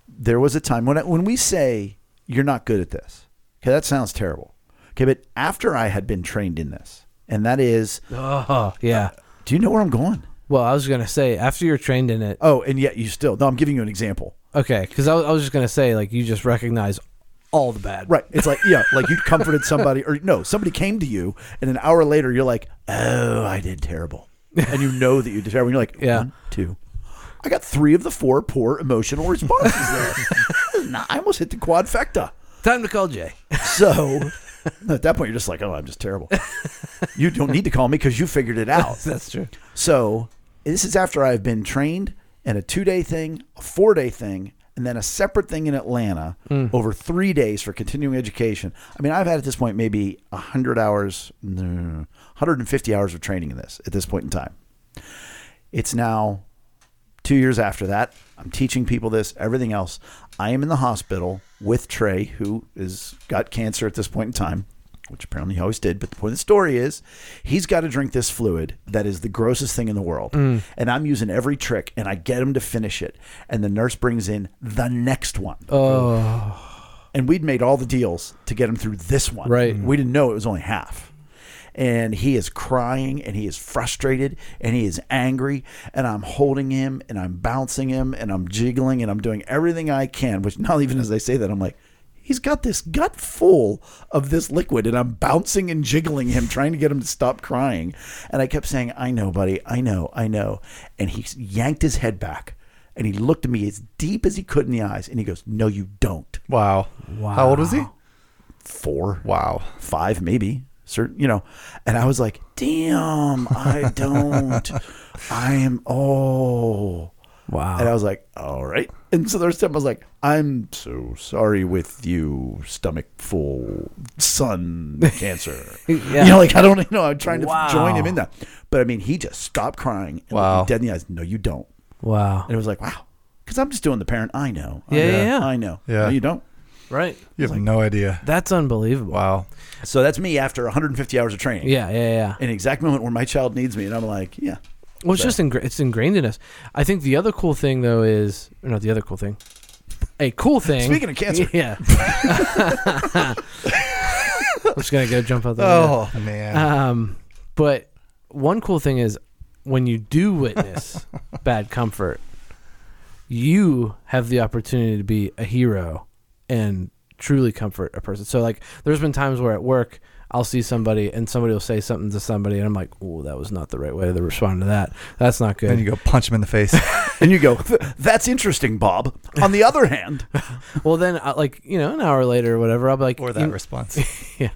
There was a time when I, when we say you're not good at this. Okay, that sounds terrible. Okay, but after I had been trained in this, and that is,
oh yeah.
do you know where I'm going?
Well, I was gonna say after you're trained in it,
Oh, and yet you still. No, I'm giving you an example.
okay, because I, was- I was just gonna say like you just recognize all the bad,
Right. It's like, yeah, like you comforted somebody, or no, somebody came to you, and an hour later, you're like, oh, I did terrible. And you know that you did terrible. And you're like,
Yeah.
one, two. I got three of the four poor emotional responses there. Nah, I almost hit the quadfecta.
Time to call Jay.
So at that point, you're just like, oh, I'm just terrible. You don't need to call me because you figured it out.
That's true.
So this is after I've been trained in a two day thing, a four day thing, and then a separate thing in Atlanta over three days for continuing education. I mean, I've had at this point maybe 100 hours, no, no, no, 150 hours of training in this at this point in time. It's now two years after that. I'm teaching people this, everything else. I am in the hospital with Trey, who is got cancer at this point in time, which apparently he always did. But the point of the story is, he's got to drink this fluid that is the grossest thing in the world, and I'm using every trick, and I get him to finish it, and the nurse brings in the next one.
Oh
And we'd made all the deals to get him through this one.
Right.
We didn't know it was only half. And he is crying and he is frustrated and he is angry. And I'm holding him and I'm bouncing him and I'm jiggling and I'm doing everything I can, which not even as I say that, I'm like, he's got this gut full of this liquid and I'm bouncing and jiggling him, trying to get him to stop crying. And I kept saying, I know, buddy, I know, I know. And he yanked his head back and he looked at me as deep as he could in the eyes and he goes, No, you don't
Wow. Wow. How old was he?
four,
Wow.
five, maybe. Certain, you know, and I was like, "Damn, I don't. I am oh."
wow.
And I was like, "All right." And so the rest of them, I was like, "I'm so sorry with you, stomach full, son, cancer."
Yeah.
You know, like I don't you know. I'm trying to
Wow.
join him in that, but I mean, he just stopped crying. And
Wow.
looked me dead in the eyes. No, you don't.
wow.
And it was like, wow, because I'm just doing the parent. I know. I
Yeah,
know,
yeah, yeah.
I know.
Yeah.
No, you don't.
Right.
You have no idea.
That's unbelievable.
Wow.
So that's me after 150 hours of training.
Yeah, yeah, yeah.
an exact moment where my child needs me, and I'm like, yeah,
Well, it's just ingra- it's ingrained in us. I think the other cool thing though is or not the other cool thing. A cool thing.
Speaking of cancer.
yeah. I'm just gonna go jump out the window.
Oh man.
Um, but one cool thing is when you do witness bad comfort, you have the opportunity to be a hero and truly comfort a person. So like there's been times where at work I'll see somebody and somebody will say something to somebody and I'm like, "Oh, that was not the right way to respond to that. That's not good."
Then you go punch him in the face.
and you go, that's interesting, Bob. On the other hand,
well, then I, like, you know, an hour later or whatever, I'll be like
or
you-
that response.
yeah.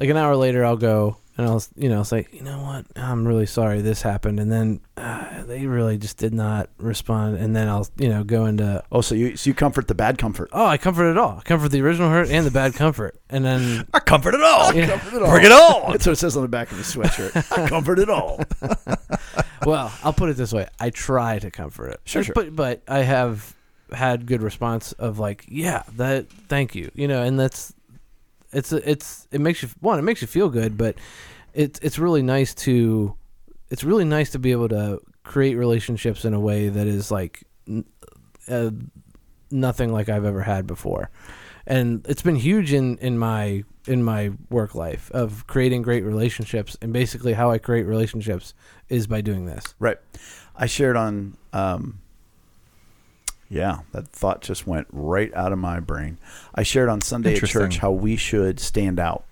Like an hour later, I'll go and I'll, you know, say, you know what? I'm really sorry this happened. And then uh, they really just did not respond. And then I'll, you know, go into,
oh, so you so you comfort the bad comfort.
oh, I comfort it all. I comfort the original hurt and the bad comfort. And then,
I comfort it all.
Yeah.
Comfort it all.
Bring it on.
That's what it says on the back of the sweatshirt. I comfort it all.
well, I'll put it this way I try to comfort it.
Sure, sure.
But, but I have had good response of like, yeah, that, thank you, you know, and that's, It's it's it makes you one. It makes you feel good, but it's it's really nice to it's really nice to be able to create relationships in a way that is like n- uh, nothing like I've ever had before, and it's been huge in in my in my work life of creating great relationships and basically how I create relationships is by doing this.
Right. I shared on. Um, yeah, that thought just went right out of my brain. I shared on Sunday at
Interesting.
church how we should stand out.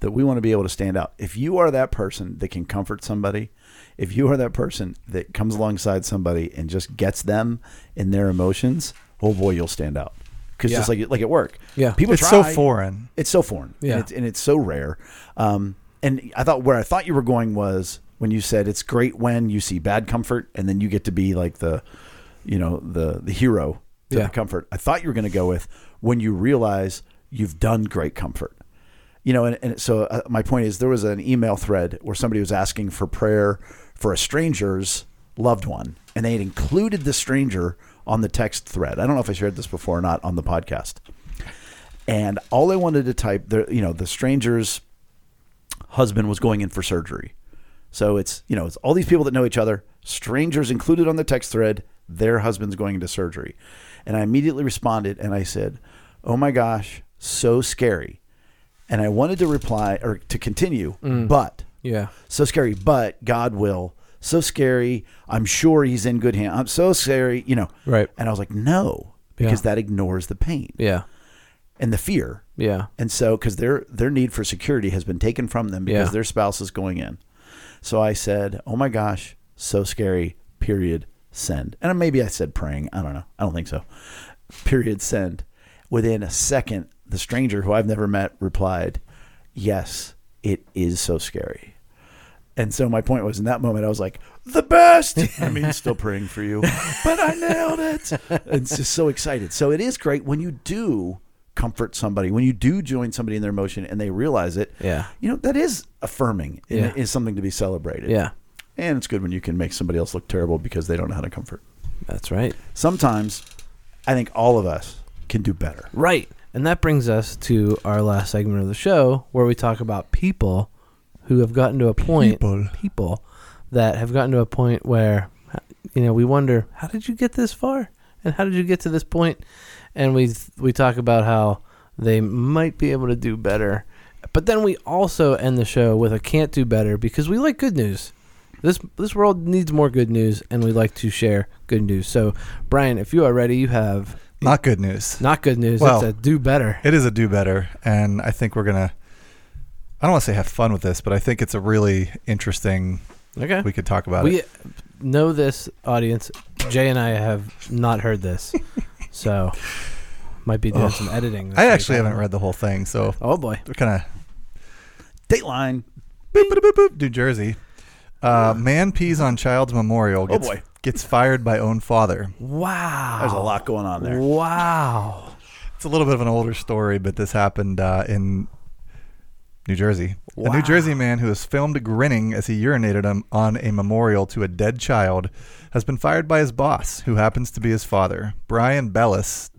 That we want to be able to stand out. If you are that person that can comfort somebody, if you are that person that comes alongside somebody and just gets them in their emotions, oh boy, you'll stand out. Because
Yeah.
just like like at work,
Yeah.
people
it's
try.
so foreign.
It's so foreign.
Yeah.
And it's, and it's so rare. Um, and I thought where I thought you were going was when you said it's great when you see bad comfort and then you get to be like the, you know, the, the hero to
Yeah.
the comfort. I thought you were going to go with when you realize you've done great comfort. You know, and, and so uh, my point is there was an email thread where somebody was asking for prayer for a stranger's loved one, and they had included the stranger on the text thread. I don't know if I shared this before or not on the podcast and all I wanted to type there, you know, the stranger's husband was going in for surgery. So it's, you know, it's all these people that know each other, strangers included on the text thread, their husband's going into surgery. And I immediately responded and I said, "Oh my gosh, so scary." And I wanted to reply or to continue,
Mm.
but
Yeah.
so scary, but God will. So scary. I'm sure he's in good hands. I'm so scary, you know.
Right.
And I was like, "No." Because
Yeah.
that ignores the pain
Yeah.
and the fear
Yeah.
and so, because their their need for security has been taken from them because
Yeah.
their spouse is going in. So I said, "Oh my gosh, so scary." Period. Send. And maybe I said praying. I don't know. I don't think so. Period. Send. Within a second, the stranger who I've never met replied, "Yes, it is so scary." And so my point was, in that moment, I was like, "The best." I mean, still praying for you, but I nailed it. It's just so excited. So it is great when you do comfort somebody, when you do join somebody in their emotion and they realize it.
Yeah.
you know that is affirming. and
Yeah.
It is something to be celebrated.
Yeah.
and it's good when you can make somebody else look terrible because they don't know how to comfort.
That's right.
Sometimes, I think all of us can do better.
Right. And that brings us to our last segment of the show where we talk about people who have gotten to a point
People.
people that have gotten to a point where you know we wonder how did you get this far and how did you get to this point and we we talk about how they might be able to do better but then we also end the show with a can't do better because we like good news this this world needs more good news and we like to share good news so Brian if you are ready you have
Not good news.
not good news it's
Well-
a do better
It is a do better, and I think we're gonna. I don't want to say have fun with this, but I think it's a really interesting.
okay
We could talk about
we
it.
know this audience. Jay and I have not heard this, so might be doing
Ugh.
some editing. this
I
week.
actually
don't
haven't
know.
read the whole thing, so
Oh boy,
we're kind of
Dateline.
boop, boop, boop, boop, New Jersey. Uh, man pees on child's
Oh,
memorial. Gets,
boy.
Gets fired by own father.
wow.
There's a lot going on there.
Wow.
It's a little bit of an older story, but this happened uh, in New Jersey. A
Wow.
New Jersey man who was filmed grinning as he urinated on, on a memorial to a dead child has been fired by his boss, who happens to be his father. Brian Bellis,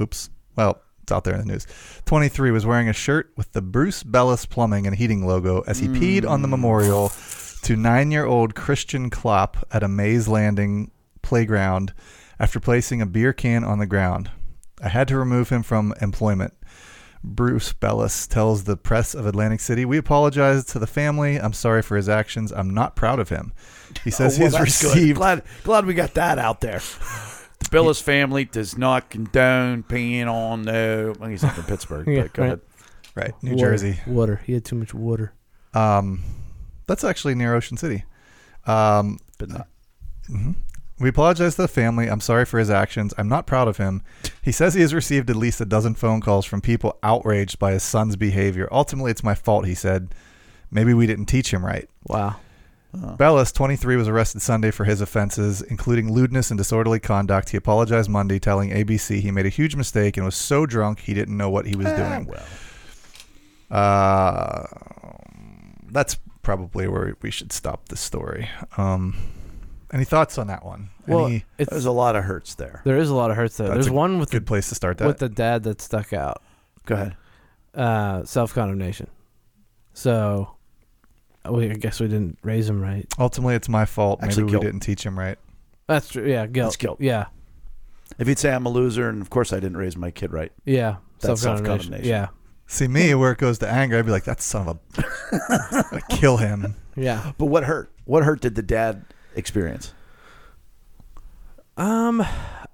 oops, well, it's out there in the news. 23 was wearing a shirt with the Bruce Bellis Plumbing and Heating logo as he peed on the
Mm.
memorial to nine year old Christian Klopp at a Maze Landing playground after placing a beer can on the ground. I had to remove him from employment. Bruce Bellis tells the press of Atlantic City, "We apologize to the family. I'm sorry for his actions. I'm not proud of him." He says
Oh, well,
he has
that's good.
received
Glad, glad we got that out there.
The Billis family does not condone peeing on the. Well, he's not from Pittsburgh,
Yeah,
but go
right.
ahead.
right New
Water.
Jersey.
Water. He had too much water.
Um, that's actually near Ocean City. Um,
But not.
We apologize to the family. I'm sorry for his actions. I'm not proud of him. He says he has received at least a dozen phone calls from people outraged by his son's behavior. Ultimately, it's my fault, he said. Maybe we didn't teach him right.
Wow.
Bellis, 23, was arrested Sunday for his offenses, including lewdness and disorderly conduct. He apologized Monday, telling ABC he made a huge mistake and was so drunk he didn't know what he was doing.
well.
Uh, that's probably where we should stop the story. Um, any thoughts on that one?
Well,
any
it's
There's a lot of hurts there.
there is a lot of hurts though.
That's
There's
a
one with the,
good place to start that?
with the dad that stuck out.
Go ahead.
uh, self condemnation. So, uh, we, I guess we didn't raise him right.
Ultimately, it's my fault.
Actually,
Maybe
guilt.
we didn't teach him right.
That's true. Yeah, guilt.
It's guilt.
Yeah,
If
You'd say I'm a loser, and of course I didn't raise my kid right.
yeah.
That's
Self-condemnation.
self-condemnation.
Yeah,
See me where it goes to anger. I'd be like, that son of a, I'd kill him.
yeah.
But what hurt? What hurt did the dad experience?
Um,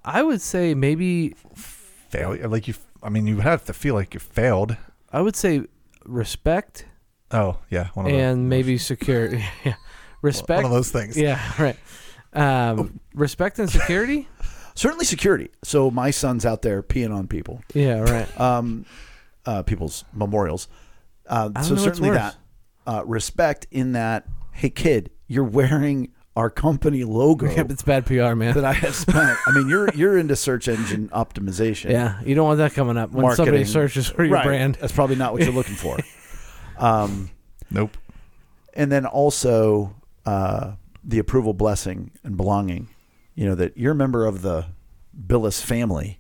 I would say maybe
Failure. Like you. I mean, you have to feel like you failed.
I would say respect
Oh yeah, one of those,
and maybe security. yeah.
one
Respect.
of those things.
Yeah, right. Um, respect and security.
Certainly security. So my son's out there peeing on people,
yeah, right.
um, uh, people's memorials. Uh,
I don't
so
know what's
certainly
worse.
that uh, respect in that. Hey kid, you're wearing our company logo
Yep, it's bad PR, man.
that I have spent. I mean, you're you're into search engine optimization.
Yeah, you don't want that coming up when somebody
Marketing.
searches for your
Right.
brand.
That's probably not what you're looking for. Um,
Nope.
and then also uh, the approval, blessing, and belonging. You know that you're a member of the Billis family,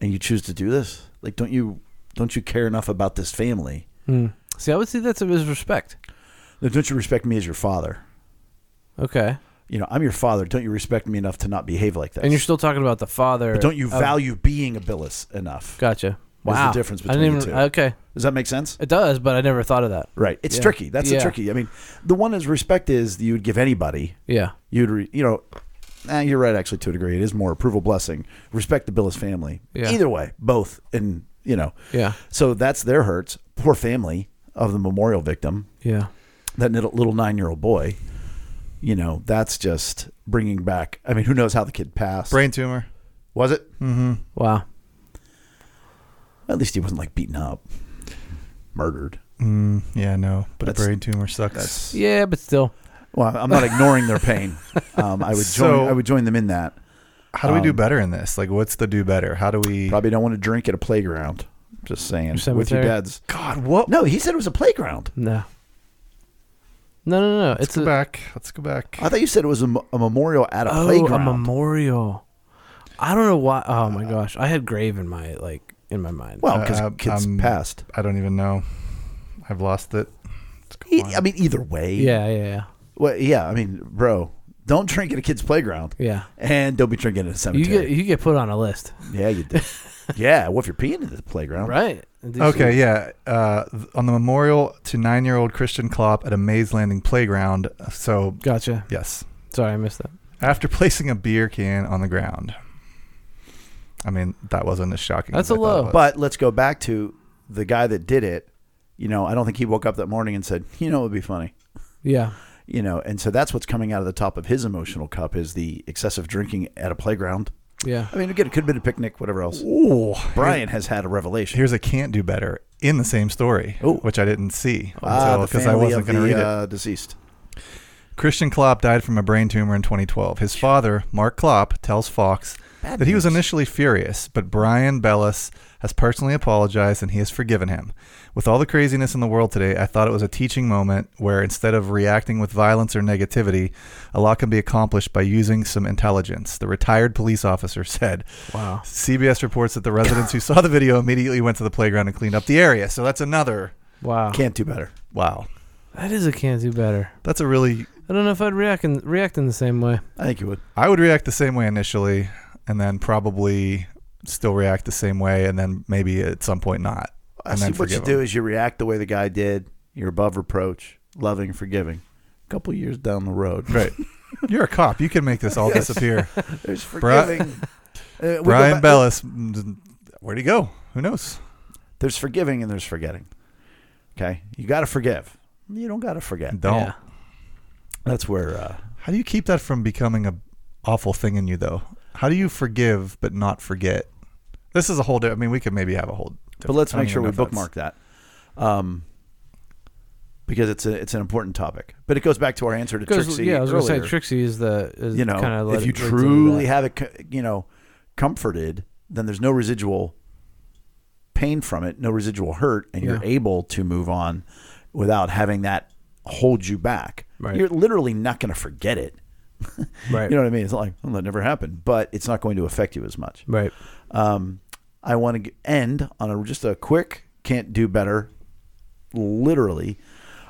and you choose to do this. Like, don't you don't you care enough about this family?
Hmm. See, I would say that's a disrespect.
Like, Don't you respect me as your father?
Okay,
You know, I'm your father. Don't you respect me enough to not behave like this?
and you're still Oh. talking about the father.
but don't you
of-
value being a Billis enough?
Gotcha.
the
Wow.
difference
I didn't
between
even,
the two.
Okay,
Does that make sense?
it does, but I never thought of that.
Right. It's
Yeah.
tricky. That's the
Yeah.
tricky. I mean, the one is respect is you would give anybody
Yeah.
you'd re, you know eh, you're right actually to a degree it is more approval blessing respect the billis family
Yeah.
either way both and you know
Yeah.
so that's their hurts poor family of the memorial victim
Yeah.
that little, little nine-year-old boy you know that's just bringing back i mean who knows how the kid passed
Brain tumor.
was it
Mm-hmm.
Wow.
at least he wasn't like beaten up murdered
Mm, yeah, no. But
That's-
a brain tumor sucks.
that's
Yeah, but still.
well i'm not ignoring their pain um, i would join
So-
i would join them in that
How do we do
um,
better in this? Like, what's the do better? How do we?
probably don't want to drink at a playground just saying with your
Cemetery.
dad's
God, what?
no he said it was a playground
No. No, no, no.
Let's
It's
go
a,
back. Let's go back.
I thought you said it was a, mo- a memorial at a
oh,
playground.
a memorial. I don't know why. Oh my gosh, I had grave in my like in my mind.
well, because
Uh,
kids
um,
passed.
I don't even know. I've lost it. It's
E-
gone.
I mean, either way.
yeah, yeah, yeah,
Well, yeah. I mean, bro, don't drink at a kid's playground,
yeah.
and don't be drinking at a
You get
cemetery.
you get put on a list,
yeah, you did. yeah. Well, if you're peeing at the playground,
right?
Okay, yeah. Uh, th- on the memorial to nine-year-old Christian Klopp at a Maze Landing playground. So
Gotcha.
yes,
Sorry, I missed that.
after placing a beer can on the ground. I mean, that wasn't as shocking.
That's
as I
a
thought it
low.
was.
But let's go back to the guy that did it. You know, I don't think he woke up that morning and said, "You know, it would be funny."
Yeah,
You know, and so that's what's coming out of the top of his emotional cup is the excessive drinking at a playground.
yeah.
I mean, again, it could have been a picnic, whatever else.
Ooh,
Brian has had a revelation.
here's a can't do better in the same story,
Ooh.
which I didn't see
Ah, the
because I
family
wasn't
of
going to
the,
read it.
uh, deceased.
Christian Klopp died from a brain tumor in 2012. His father, Mark Klopp, tells Fox
Bad
that he was
news.
initially furious, but Brian Bellis has personally apologized and he has forgiven him. With all the craziness in the world today, I thought it was a teaching moment where instead of reacting with violence or negativity, a lot can be accomplished by using some intelligence, the retired police officer said.
Wow.
CBS reports that the residents who saw the video immediately went to the playground and cleaned up the area. So that's another
Wow.
Can't do better.
wow.
That is a can't do better.
That's a really
I don't know if I'd react in, react in the same way.
I think you would.
I would react the same way initially, and then probably still react the same way, and then maybe at some point not.
I
And
see
then
what you
forgive
do
him.
is you react the way the guy did. You're above reproach, loving, forgiving. A couple years down the road,
Right. You're a cop. You can make this all
Yes.
disappear.
there's
Bri-
forgiving. Uh, we go
Brian
back-
Bellis, mm, where'd he go? Who knows?
There's forgiving and there's forgetting. Okay, you got to forgive. You don't got to forget.
Don't.
Yeah.
That's where. Uh,
How do you keep that from becoming a awful thing in you, though? How do you forgive but not forget? This is a whole. Di- I mean, we could maybe have a whole.
but let's
I don't
make sure
even know
we
if that's-
bookmark that, um, because it's a it's an important topic. But it goes back to our answer to
Because
Trixie
yeah, I was
earlier.
gonna say Trixie is the is
you know,
kind of
if you truly have it, co- you know, comforted, then there's no residual pain from it, no residual hurt, and you're
Yeah.
able to move on without having that hold you back.
Right.
You're literally not going to forget it.
right,
You know what I mean? It's not like oh, that never happened, but it's not going to affect you as much.
right.
Um, I want to end on a, just a quick can't do better. Literally,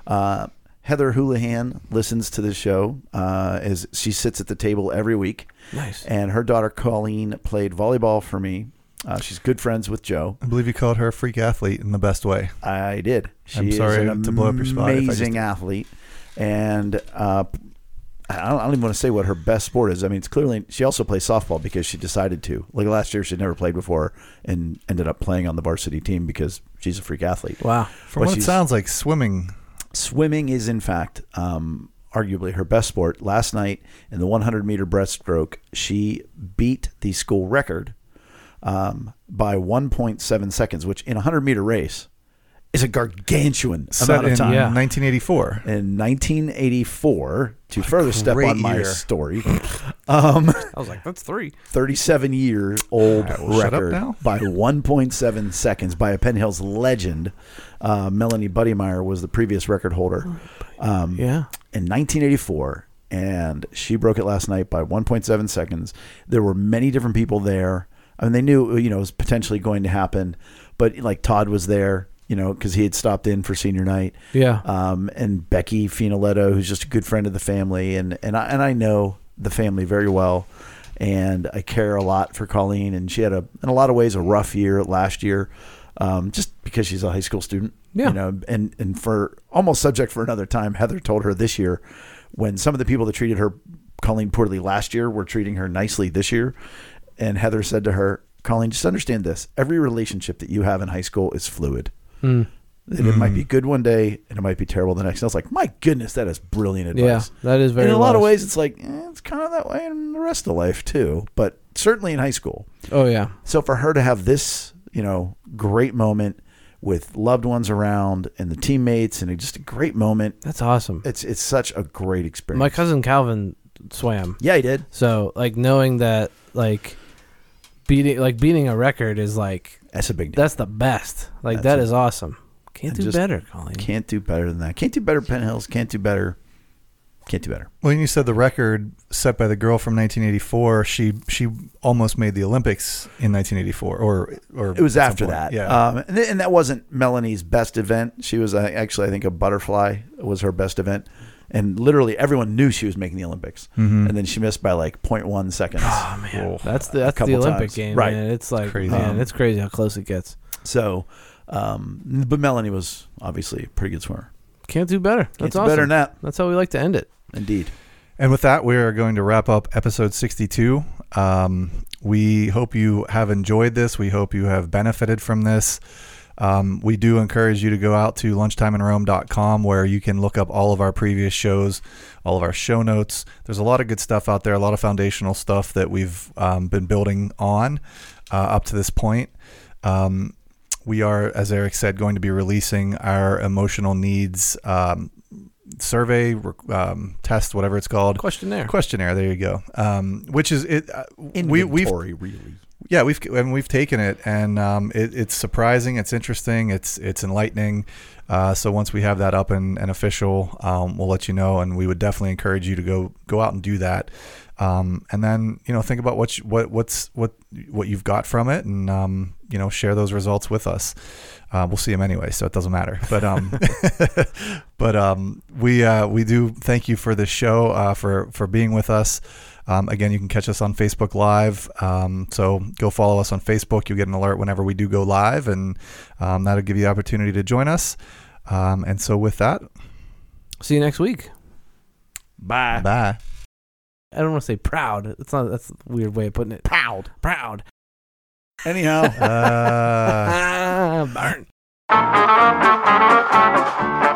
uh, Heather Houlihan listens to the show uh, as she sits at the table every week,
Nice.
and her daughter Colleen played volleyball for me. Uh, she's good friends with Joe.
I believe you called her a freak athlete in the best way.
I did. She
I'm
is
sorry
an
to blow up your spot if I
Amazing
just did.
athlete, and uh, I, don't, I don't even want to say what her best sport is. I mean, it's clearly she also plays softball because she decided to. Like last year, she'd never played before and ended up playing on the varsity team because she's a freak athlete.
Wow.
From
But
what it
she's-
sounds like, swimming.
Swimming is, in fact, um, arguably her best sport. Last night in the 100 meter breaststroke, she beat the school record um, by 1.7 seconds, which in a 100 meter race is a gargantuan
Set
amount
in
of time.
Yeah.
1984.
In 1984, to further step
great
on my
year.
story,
I was like, that's three.
37 year old
well, shut up
record
now.
by 1.7 seconds by a Penn Hills legend. Uh, Melanie Buddymeyer was the previous record holder
Oh,
um,
Yeah.
in 1984, and she broke it last night by 1.7 seconds. There were many different people there. I mean, they knew you know it was potentially going to happen, but like Todd was there, you know, because he had stopped in for senior night
Yeah.
um, and Becky Finoletto, who's just a good friend of the family, and and I, and I know the family very well, and I care a lot for Colleen, and she had a in a lot of ways a rough year last year, um, just because she's a high school student,
Yeah.
you know, and and for almost subject for another time, Heather told her this year, when some of the people that treated her Colleen poorly last year were treating her nicely this year, and Heather said to her. Colleen, just understand this. Every relationship that you have in high school is fluid
Mm.
that it might be good one day and it might be terrible the next. And I was like, my goodness, that is brilliant
Yeah.
advice.
That is very.
in a lot of
wise.
ways, it's like eh, it's kind of that way in the rest of life too, but certainly in high school.
Oh yeah.
So for her to have this, you know, great moment with loved ones around and the teammates and just a great moment.
That's awesome.
It's it's such a great experience.
My cousin Calvin swam.
yeah, he did.
So like knowing that like beating like beating a record is like
That's a big deal.
that's the best. Like
That's
that
it.
is awesome. Can't
And
do
just-
better, Colleen.
Can't do better than that. Can't do better. Penn Hills can't do better. Can't do better.
When you said the record set by the girl from 1984, she she almost made the Olympics in 1984, or or
It was
at some
after
point.
that.
Yeah,
Um, and, th- and that wasn't Melanie's best event. She was uh, actually, I think, a butterfly was her best event. And literally everyone knew she was making the Olympics.
Mhm.
And then she missed by like 0.1 seconds.
Oh man,
Oof.
that's the
A
that's the
couple
Olympic
times.
game,
Right.
man. It's like
Crazy.
man,
Um,
it's crazy how close it gets.
so, um, but Melanie was obviously a pretty good swimmer.
Can't do better.
Can't
That's
do
awesome.
better than that.
That's how we like to end it.
Indeed.
And with that, we are going to wrap up episode 62. Um, we hope you have enjoyed this. We hope you have benefited from this. Um, we do encourage you to go out to lunchtimeinrome.com where you can look up all of our previous shows, all of our show notes. There's a lot of good stuff out there, a lot of foundational stuff that we've um, been building on uh, up to this point. Um, we are, as Eric said, going to be releasing our emotional needs um, survey rec- um, test, whatever it's called.
Questionnaire.
Questionnaire. There you go. Um, which is it? Uh, we we've
Inventory, really.
yeah we've and we've taken it and um, it, it's surprising. It's interesting. It's it's enlightening. Uh, so once we have that up and, and official, um, we'll let you know. And we would definitely encourage you to go go out and do that. Um, and then you know think about what you, what what's what what you've got from it, and um, you know share those results with us. Uh, we'll see them anyway, so it doesn't matter. But um, but um, we uh, we do thank you for this show uh, for for being with us. Um, again, you can catch us on Facebook Live. Um, so go follow us on Facebook. You'll get an alert whenever we do go live, and um, that'll give you the opportunity to join us. Um, and so with that,
See you next week.
Bye.
bye.
I don't want to say proud. It's not. That's a weird way of putting it. Proud. Proud.
Anyhow.
Uh,
Ah, burn.